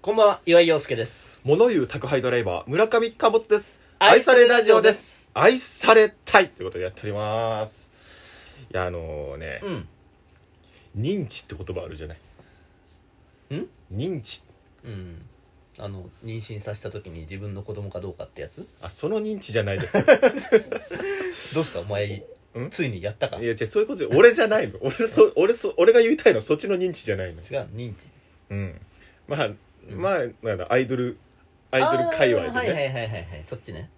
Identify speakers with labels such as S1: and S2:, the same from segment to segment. S1: こんばんは、岩井陽介です。
S2: 物言う宅配ドライバー村上貨物です
S1: 愛されラジオです
S2: 愛されたいということでやっておりますいやあのね、
S1: ん。
S2: 認知って言葉あるじゃない
S1: ん
S2: 認知
S1: うん。あの、妊娠させた時に自分の子供かどうかってやつ
S2: あその認知じゃないですい
S1: どうしたお前
S2: ん、
S1: ついにやったか
S2: や
S1: 違う、
S2: 違うそういうことじゃ俺じゃないの俺そ俺そ俺が言いたいのはそっちの認知じゃないの
S1: 認知。
S2: うんまあまあなんだアイドルアイドル界隈でね、
S1: あーはいはいはいはいはい。そっちね。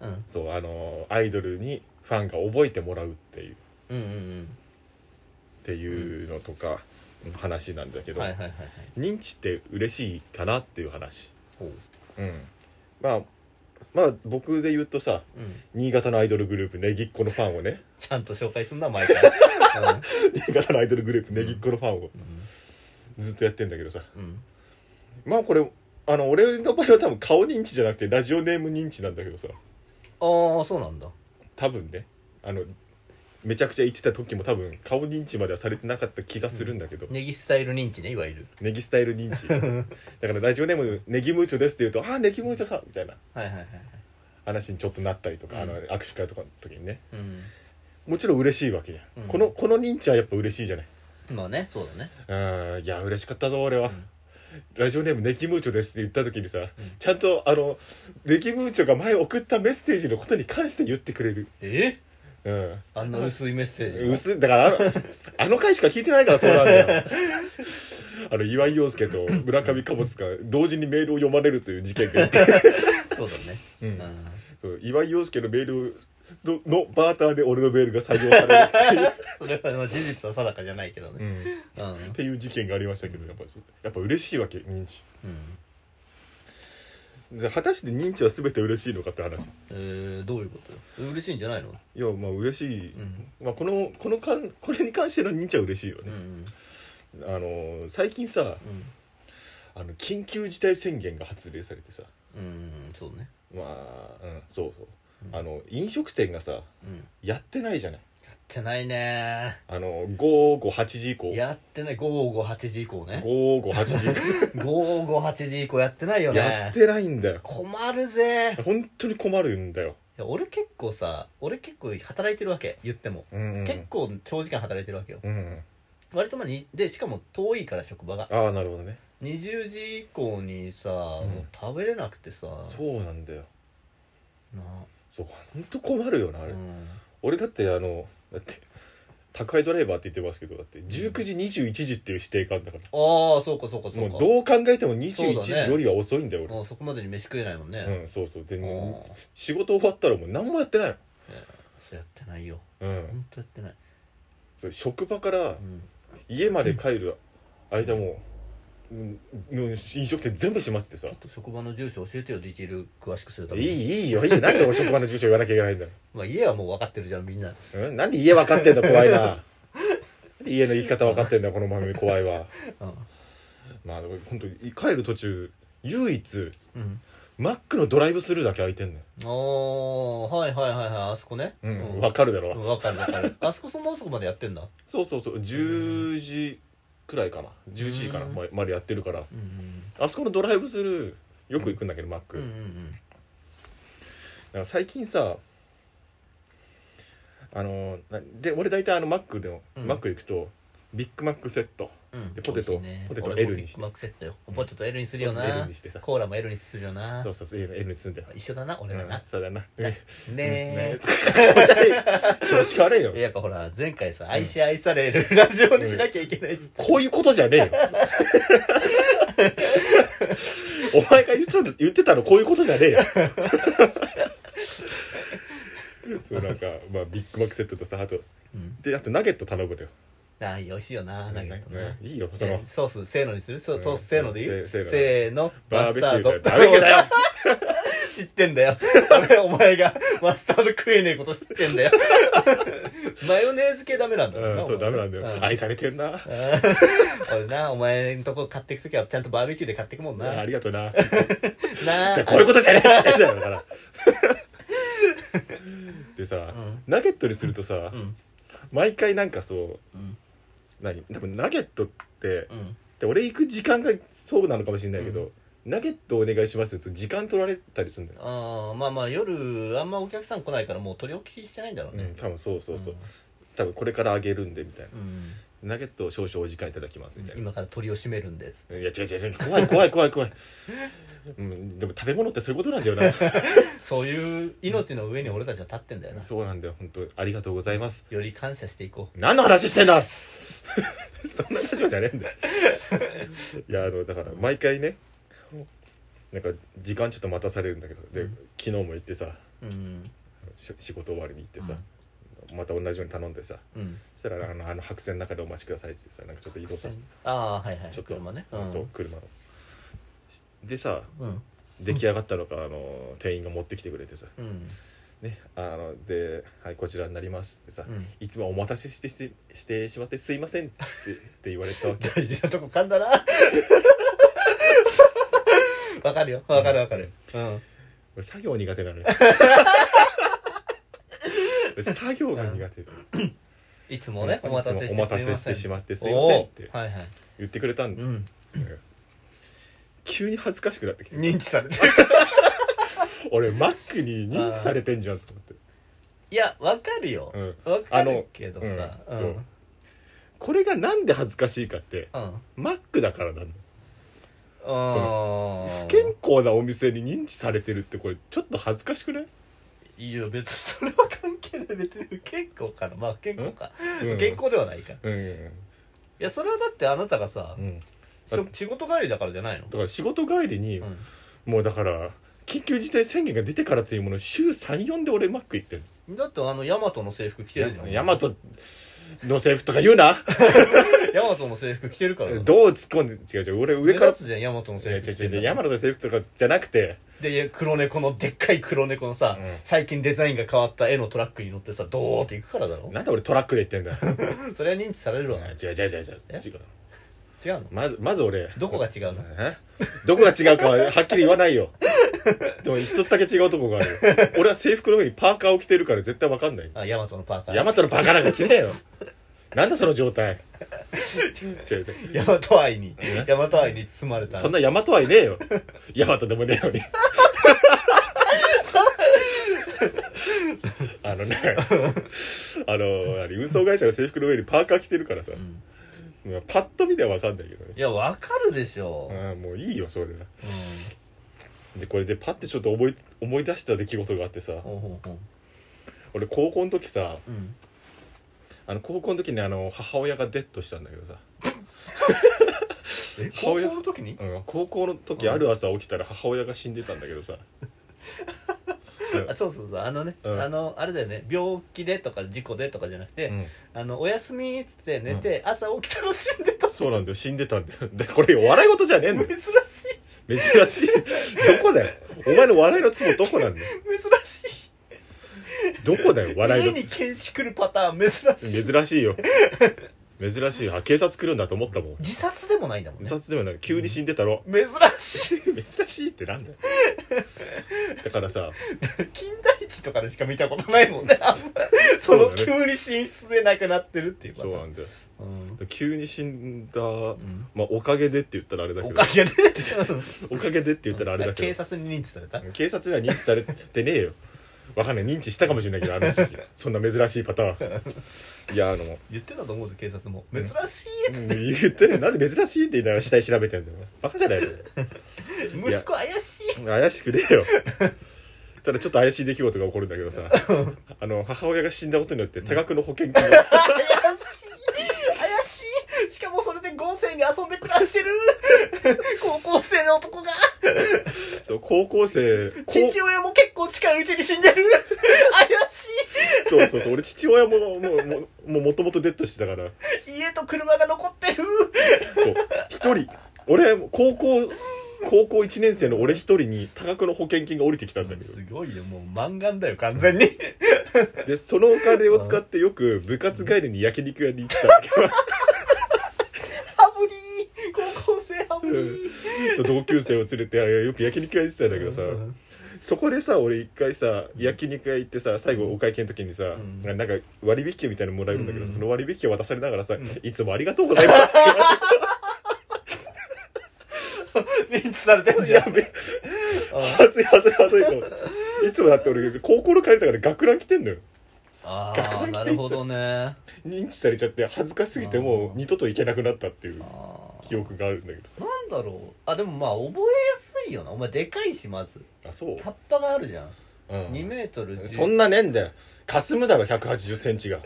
S1: うん。
S2: そうあのアイドルにファンが覚えてもらうっていう
S1: うんうん
S2: っていうのとか、話なんだけ
S1: うん。
S2: ど、
S1: はいはいはいはい。
S2: 認知って嬉しいかなっていう話
S1: ほう。
S2: うんまあまあ僕で言うとさ
S1: うん。
S2: 新潟のアイドルグループねぎっこのファンを ね
S1: ちゃんと紹介すんな、前から。
S2: 新潟のアイドルグループねぎっこのファンを
S1: うん。
S2: ずっとやってんだけどさ
S1: うん。
S2: まあこれあの俺の場合は多分顔認知じゃなくてラジオネーム認知なんだけどさ
S1: ああ、そうなんだ。
S2: 多分ねあのめちゃくちゃ言ってた時も多分顔認知まではされてなかった気がするんだけど、
S1: ネギスタイル認知ね、いわゆる。
S2: ネギスタイル認 知だからラジオネームネギムーチョですって言うと「ああネギムーチョさん」みたいな
S1: はいはいはいはい。
S2: 話にちょっとなったりとか、あの
S1: うん
S2: 握手会とかの時にね
S1: うん。
S2: もちろん嬉しいわけじゃん、
S1: うん
S2: このこの認知はやっぱ嬉しいじゃない
S1: まあね、そうだね。
S2: うんいや嬉しかったぞ俺は、
S1: うん
S2: ラジオネームネキムーチョですって言った時にさ、
S1: ん
S2: ちゃんとあのネキムーチョが前送ったメッセージのことに関して言ってくれる
S1: え
S2: うん
S1: あんな薄いメッセージが。
S2: 薄いだからあ のあの回しか聞いてないからそうなんだよあの岩井陽介と村上貨物が同時にメールを読まれるという事件
S1: そ
S2: が、
S1: うだね。
S2: う
S1: うんん。
S2: そう岩井陽介のメールののバーターで俺のメールが採用されるっていう
S1: それはまあ事実は定かじゃないけどね。うん。うん
S2: っていう事件がありましたけどやっぱやっぱ嬉しいわけ認知じゃあ果たして認知は全て嬉しいのかって話い
S1: えー、どういうこと嬉しいんじゃないの
S2: やまあ嬉しい、
S1: うん。
S2: まあ、このこのかんこれに関しての認知は嬉しいよ
S1: うんう
S2: ね、
S1: ん。
S2: あのー最近さあの緊急事態宣言が発令されてさ
S1: うん。うん、そうね。
S2: まあ、うん、そうそう
S1: うん
S2: あの飲食店がさ
S1: うん。や
S2: やってないじゃない
S1: ってないね
S2: あの午後8時以降
S1: やってない。午後8時以降ね。
S2: 午後8時以
S1: 午後8時以降やってないよ
S2: 降や
S1: ね
S2: っ。てないんだよ
S1: 困るぜい
S2: 本当に困るんだよ、
S1: や俺結構さ、俺結構働いてるわけ、言っても。
S2: うんうん
S1: 結構長時間働いてるわけよ。
S2: うん、
S1: 割とまあに、で、しかも遠いから職場が。
S2: ああなるほどね
S1: 20時以降にさ、
S2: ん
S1: もう食べれなくてさ。
S2: そうなんだよ
S1: な
S2: そう本当困るよなあ
S1: あ
S2: れ、
S1: うん。
S2: 俺だってあのだって宅配ドライバーって言ってますけどだって19時21時っていう指定があるんだから、
S1: ああそうかそうかそう
S2: も
S1: か
S2: うどう考えても
S1: そう
S2: 21
S1: だ
S2: 時
S1: ね
S2: よりは遅いんだよ
S1: あーそこまでに飯食えないもん
S2: 俺う,、
S1: ね、
S2: んそうそうで
S1: あ
S2: も
S1: ー
S2: う仕事終わったらもう何もやってない
S1: そうやってないよ
S2: のうん
S1: ほんとやってない、
S2: それ職場から
S1: うん、
S2: 家まで帰る間も、うん、もう飲食店全部閉まっててさ
S1: ちょっと職場の住所教えてよできる詳しくするた
S2: い
S1: め
S2: い
S1: に
S2: いいよいいよなんで俺職場の住所言わなきゃいけないんだよ、
S1: まあ、家はもう分かってるじゃんみんな
S2: うん、なんで家分かってんだ怖いななんで家の生き方分かってんだこの番組怖いわ
S1: うん、
S2: まあでも本当に帰る途中唯一
S1: うん、
S2: マックのドライブスルーだけ開いてんのよ、
S1: おーはいはいはいはいあそこね
S2: うん
S1: 分
S2: わかるだろ、
S1: 分かる分かるあそこそんなそこまでやってんだ
S2: そうそうそう10時くらいかな11時かな
S1: うん
S2: ままでやってるから
S1: うん
S2: あそこのドライブスルーよく行くんだけど、マック、
S1: うんうん
S2: だから最近さあのなで俺大体あのマックでも、
S1: うん
S2: マック行くとビッグマックセット
S1: うんうん
S2: でポテト
S1: 美味しいね
S2: ポテト
S1: 俺も
S2: L にし
S1: ビッ
S2: て
S1: グマックセットよポテト L にするよな
S2: L にしてさ
S1: コーラも L にするよな
S2: そうそうそう L L に住んでる
S1: 一緒だな俺ら
S2: うん
S1: な、
S2: そうだな
S1: ねねえ
S2: ね気持ち悪い気持ち悪い よ
S1: やっぱほら前回さ愛し愛される ラジオにしなきゃいけないっつって
S2: こういうことじゃねえよ。 お前が言ってたの言ってたのこういうことじゃねえよ。そう なんか、まあ、ビッグマックセットとさあと
S1: うん
S2: であとナゲット頼むのよ
S1: ああ美味しいよなナゲットない
S2: いよその
S1: ソースせーのにするソ
S2: うん
S1: ソースせーのでいい
S2: せせーの
S1: せーの
S2: バ
S1: マ
S2: ーベ
S1: ス
S2: キ
S1: タ
S2: ュ
S1: ー
S2: ーだ
S1: ド
S2: よバーベキュー だよ
S1: 知ってんだよ俺お前がマスタード食えねえこと知ってんだよ マヨネーズ系ダメなんだよ
S2: うんそうダメなんだ
S1: お前
S2: よ
S1: な
S2: 愛されてんな
S1: うん俺 なお前んとこ買ってくときはちゃんとバーベキューで買ってくもんな
S2: あ
S1: な
S2: りがとうな
S1: あ
S2: こういうことじゃねえって言ってんだよだからでさ
S1: うん
S2: ナゲットにするとさ
S1: うん
S2: 毎回なんかそう
S1: うん
S2: 何多分ナゲットって
S1: うん
S2: で俺行く時間がそうなのかもしれないけど、
S1: うん
S2: ナゲットお願いしますって言うと時間取られたりするんだよ、
S1: ああまあまあ夜あんまお客さん来ないからもう取り置きしてないんだろうね、
S2: 多分そうそうそう、多分これからあげるんでみたい
S1: うん、うん
S2: なナゲットを少々お時間いただきますみたいな、
S1: 今から鳥を閉めるんでつって
S2: いや違う違う違う怖い怖い怖い怖い、うん、でも食べ物ってそういうことなんだよな
S1: そういう命の上に俺たちは立ってんだよ な
S2: そうなんだよ本当ありがとうございます
S1: より感謝していこう
S2: 何の話してんだそんなラジオじゃねえん だよいやあのだから毎回ねなんか時間ちょっと待たされるんだけどで、
S1: うん
S2: 昨日も行ってさ
S1: うん
S2: し仕事終わりに行ってさ、また同じように頼んでさ
S1: うん
S2: そしたらあのあの白線の中でお待ちくださいっつってさなんかちょっと移動させて
S1: ああはいはい
S2: ちょっと
S1: 車ね
S2: さ、そう車をでさ
S1: うん
S2: 出来上がったのかあの店員が持ってきてくれてさ
S1: うん
S2: ねあので「はいこちらになります」ってさ、
S1: うん
S2: いつもお待たせしてししてしまってすいません」ってって言われ たわけ
S1: 大事なとこ噛んだ なわかるよわかるわかるうん
S2: 俺作業苦手なのよ俺作業が苦手で
S1: いつもねお待たせして
S2: お
S1: すいま
S2: 待
S1: せ
S2: た
S1: ん
S2: せしてしまってすいませんって
S1: おーはいはい
S2: 言ってくれたん
S1: う
S2: で、
S1: ん
S2: 急に恥ずかしくなってきて
S1: 認知されてる
S2: 俺マックに認知されてんじゃんと思って
S1: いやわかるよ
S2: うん
S1: わかるけどさ
S2: あの
S1: うん
S2: うんそうこれがなんで恥ずかしいかって
S1: うん
S2: マックだからなの
S1: あ
S2: 不健康なお店に認知されてるってこれちょっと恥ずかしくない、
S1: いや別にそれは関係ない別に不健康かなまあ健康か
S2: うん、
S1: 健康ではないかい
S2: うんうん
S1: やそれはだってあなたがさ
S2: うん、
S1: しょ仕事帰りだからじゃないの
S2: だから仕事帰りに、
S1: うん
S2: もうだから緊急事態宣言が出てからというもの週34で俺マック行ってる
S1: だってあのヤマトの制服着てるじゃん
S2: ヤマトの制服とか言うな
S1: ヤマトの制服着てるから
S2: どう突っ込んで違う違う俺
S1: 上
S2: 上
S1: か
S2: からら
S1: つじゃんヤマトの
S2: いや
S1: 制服
S2: 違
S1: 着
S2: う
S1: て
S2: 違
S1: んだ
S2: うヤマトの制服とかじゃなくて
S1: でいや黒猫のでっかい黒猫のさ、
S2: うん
S1: 最近デザインが変わった絵のトラックに乗ってさドーって行くからだろ
S2: なんで俺トラックで行ってんだよ
S1: それは認知されるわ、
S2: 違う違う違う違
S1: え
S2: う違う
S1: 違うの
S2: まずまず俺
S1: どこが違うの
S2: えどこが違うかははっきり言わないよでも一つだけ違うとこがあるよ俺は制服の上にパーカーを着てるから絶対わかんない
S1: あヤマトのパーカー
S2: ヤマトのパーカーなんか着ねえよなんだその状態違う違う
S1: ヤマト愛に
S2: え
S1: ヤマト愛に包まれた
S2: そんなヤマトはいねえよ。ヤマトでもねえのに。あのね、あの、あれ運送会社の制服の上にパーカー着てるからさ、
S1: ん
S2: まあパッと見ではわかんないけどね。
S1: いやわかるでしょ、うん
S2: ああもういいよ、それな。で、これでパッてちょっと思い思い出した出来事があってさ、
S1: ほうほうほう
S2: 俺高校の時さ、
S1: うん
S2: あの高校の時にあの母親がデッドしたんだけどさ、
S1: え
S2: 母
S1: 高校
S2: 親
S1: の時に
S2: うん高校の時ある朝起きたら母親が死んでたんだけどさ、
S1: あそうそうそうあのね、
S2: うん
S1: あのあれだよね病気でとか事故でとかじゃなくて、
S2: うん
S1: あのお休みっつって寝て、朝起きたら死んでた
S2: そうなんだよ、死んでたんだよ。 で、これ笑い事じゃねえんだよ
S1: 珍しい。
S2: 珍しい。どこだよ。お前の笑いのツボどこなんだよ。
S1: 珍しい
S2: どこだよ、笑
S1: 家
S2: い
S1: に検視来るパターン珍しい
S2: の。珍しいよ。珍しい。あ、警察来るんだと思ったもん。
S1: 自殺でもないんだもんね
S2: 自殺でもない。急に死んでたろ。
S1: 珍しい
S2: 珍しいってなんだよ。だからさ、
S1: 近代一とかでしか見たことないもん ねあんまその
S2: そうだね
S1: 急に寝室で亡くなってるっていうパタ
S2: そう
S1: ー
S2: な
S1: ン
S2: んだよ。
S1: うん
S2: 急に死んだ、
S1: うん
S2: まあ、おかげでって言ったらあれだ
S1: お
S2: けど
S1: か、げで
S2: おかげでって言ったらあれだ け
S1: 警
S2: ど、
S1: 察に認知された
S2: 警察には認知されてねえよ。わかんない。認知したかもしれないけど、あの 時期。そんな珍しいパターン。いや、あの、
S1: 言ってたと思うぞ警察も
S2: うん
S1: 珍しいっつ
S2: う
S1: っ
S2: ん
S1: て
S2: 言ってねなんで珍しいって言いながら死体調べてんだよバカじゃないのや
S1: 息子怪 しい
S2: 怪しくねえよただちょっと怪しい出来事が起こるんだけどさあの母親が死んだことによって多額の保険金が
S1: 怪しい怪しいしかもそれで豪勢に遊んで暮らしてる 高校生の男が
S2: そう高校生こう
S1: 父親も結構近いうちに死んでる怪し
S2: そうそうそう俺父親ももうもうもうもともとデッドしてたから
S1: い家と車が残ってる
S2: そう一人俺高校高校1年生の俺一人に多額の保険金が降りてきたんだけど
S1: すごいよもう漫画だよ完全に
S2: でそのお金を使ってよく部活帰りに焼肉屋に行ってたん だけど
S1: ハブリー高校生ハブリー
S2: そう同級生を連れてあよく焼肉屋行ってたんだけどさ、
S1: うん
S2: そこでさ俺一回さ焼肉屋行ってさ最後お会計の時にさ、
S1: ん
S2: なんか割引券みたいなのもらえるんだけど、
S1: うん
S2: その割引券渡されながらさ、
S1: ん
S2: いつもありがとうございます」って言われてさ
S1: 認知されてんじゃ
S2: や
S1: ん
S2: べえ
S1: うん
S2: はずいはずいはずいと思っていつもだって俺高校の帰りだから学ラン来てんのよ
S1: あ
S2: 学校
S1: あ
S2: に来て
S1: なるほどね
S2: 認知されちゃって恥ずかしすぎて
S1: あ
S2: も
S1: ー
S2: う二度と行けなくなったっていう
S1: あ
S2: 記憶があるんだけど
S1: ーなんだろうあでもまあ覚えやすいよなお前でかいしまず
S2: さあそう、
S1: 葉っぱがあるじゃん
S2: う
S1: 2
S2: ん、
S1: メートル
S2: そんなねえんだよ霞むだろ1 8 0ンチが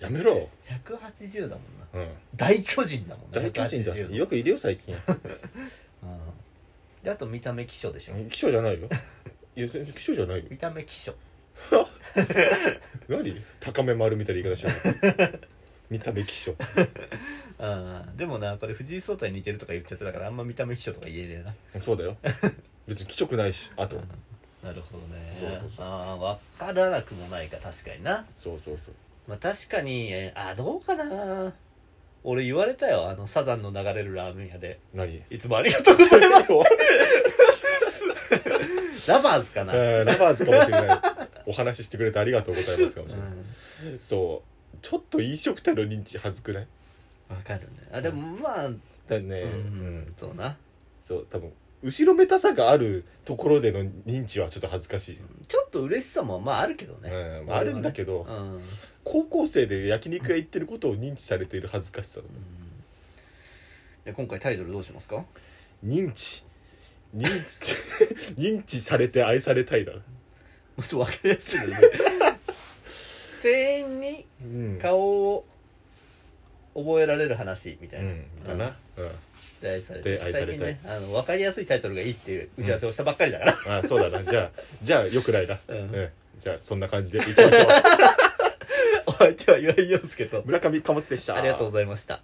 S2: やめろ、
S1: 180だもんな
S2: うん、
S1: 大巨人だもんな
S2: 大巨人だ
S1: 180
S2: よくいるよ最近
S1: うんであと見た目希少でしょ
S2: 気象じゃないよいや気象じゃないよ
S1: 見た目希少
S2: 何高め丸みたいな言い方しちゃう見た目気象
S1: うんでもなこれ藤井聡太に似てるとか言っちゃってたからあんま見た目希少とか言えね
S2: そうだよ別に気色ないしあと
S1: えななるほど
S2: そう
S1: ね
S2: そうそ
S1: ああ分からなくもないか確かにな
S2: そうそうそう
S1: まあ確かにえーあどうかな俺言われたよあのサザンの流れるラーメン屋で
S2: 何
S1: いつもありがとうございます
S2: え
S1: ラバーズかな、
S2: ーラバーズかもしれないお話ししてくれてありがとうございますかもし
S1: う
S2: れない、
S1: ん
S2: そうちょっと飲食店の認知恥ずくない
S1: わかるねあでもまあ、うん
S2: だね、
S1: うんそうな
S2: そう多分後ろめたさがあるところでの認知はちょっと恥ずかしい、
S1: ちょっと嬉しさもまああるけどね、
S2: うんまああるんだけど、
S1: うん、うん
S2: 高校生で焼肉屋行ってることを認知されている恥ずかしさ
S1: で今回タイトルどうしますか
S2: 認知認知認知されて愛されたいだな
S1: もっと分かりやすい よね店員に
S2: うん
S1: 顔を覚えられる話みた
S2: う
S1: いな、
S2: んだなうん
S1: で愛されて
S2: で愛さ
S1: 最
S2: れ
S1: 近
S2: たい
S1: ねあの分かりやすいタイトルがいいっていう打ち合わせをしたばっかりだから、
S2: あそうだなじゃあじゃあよくないな
S1: う
S2: うんんじゃあそんな感じでいきましょう
S1: お相手は岩井陽介と
S2: 村上貨物でした
S1: ありがとうございました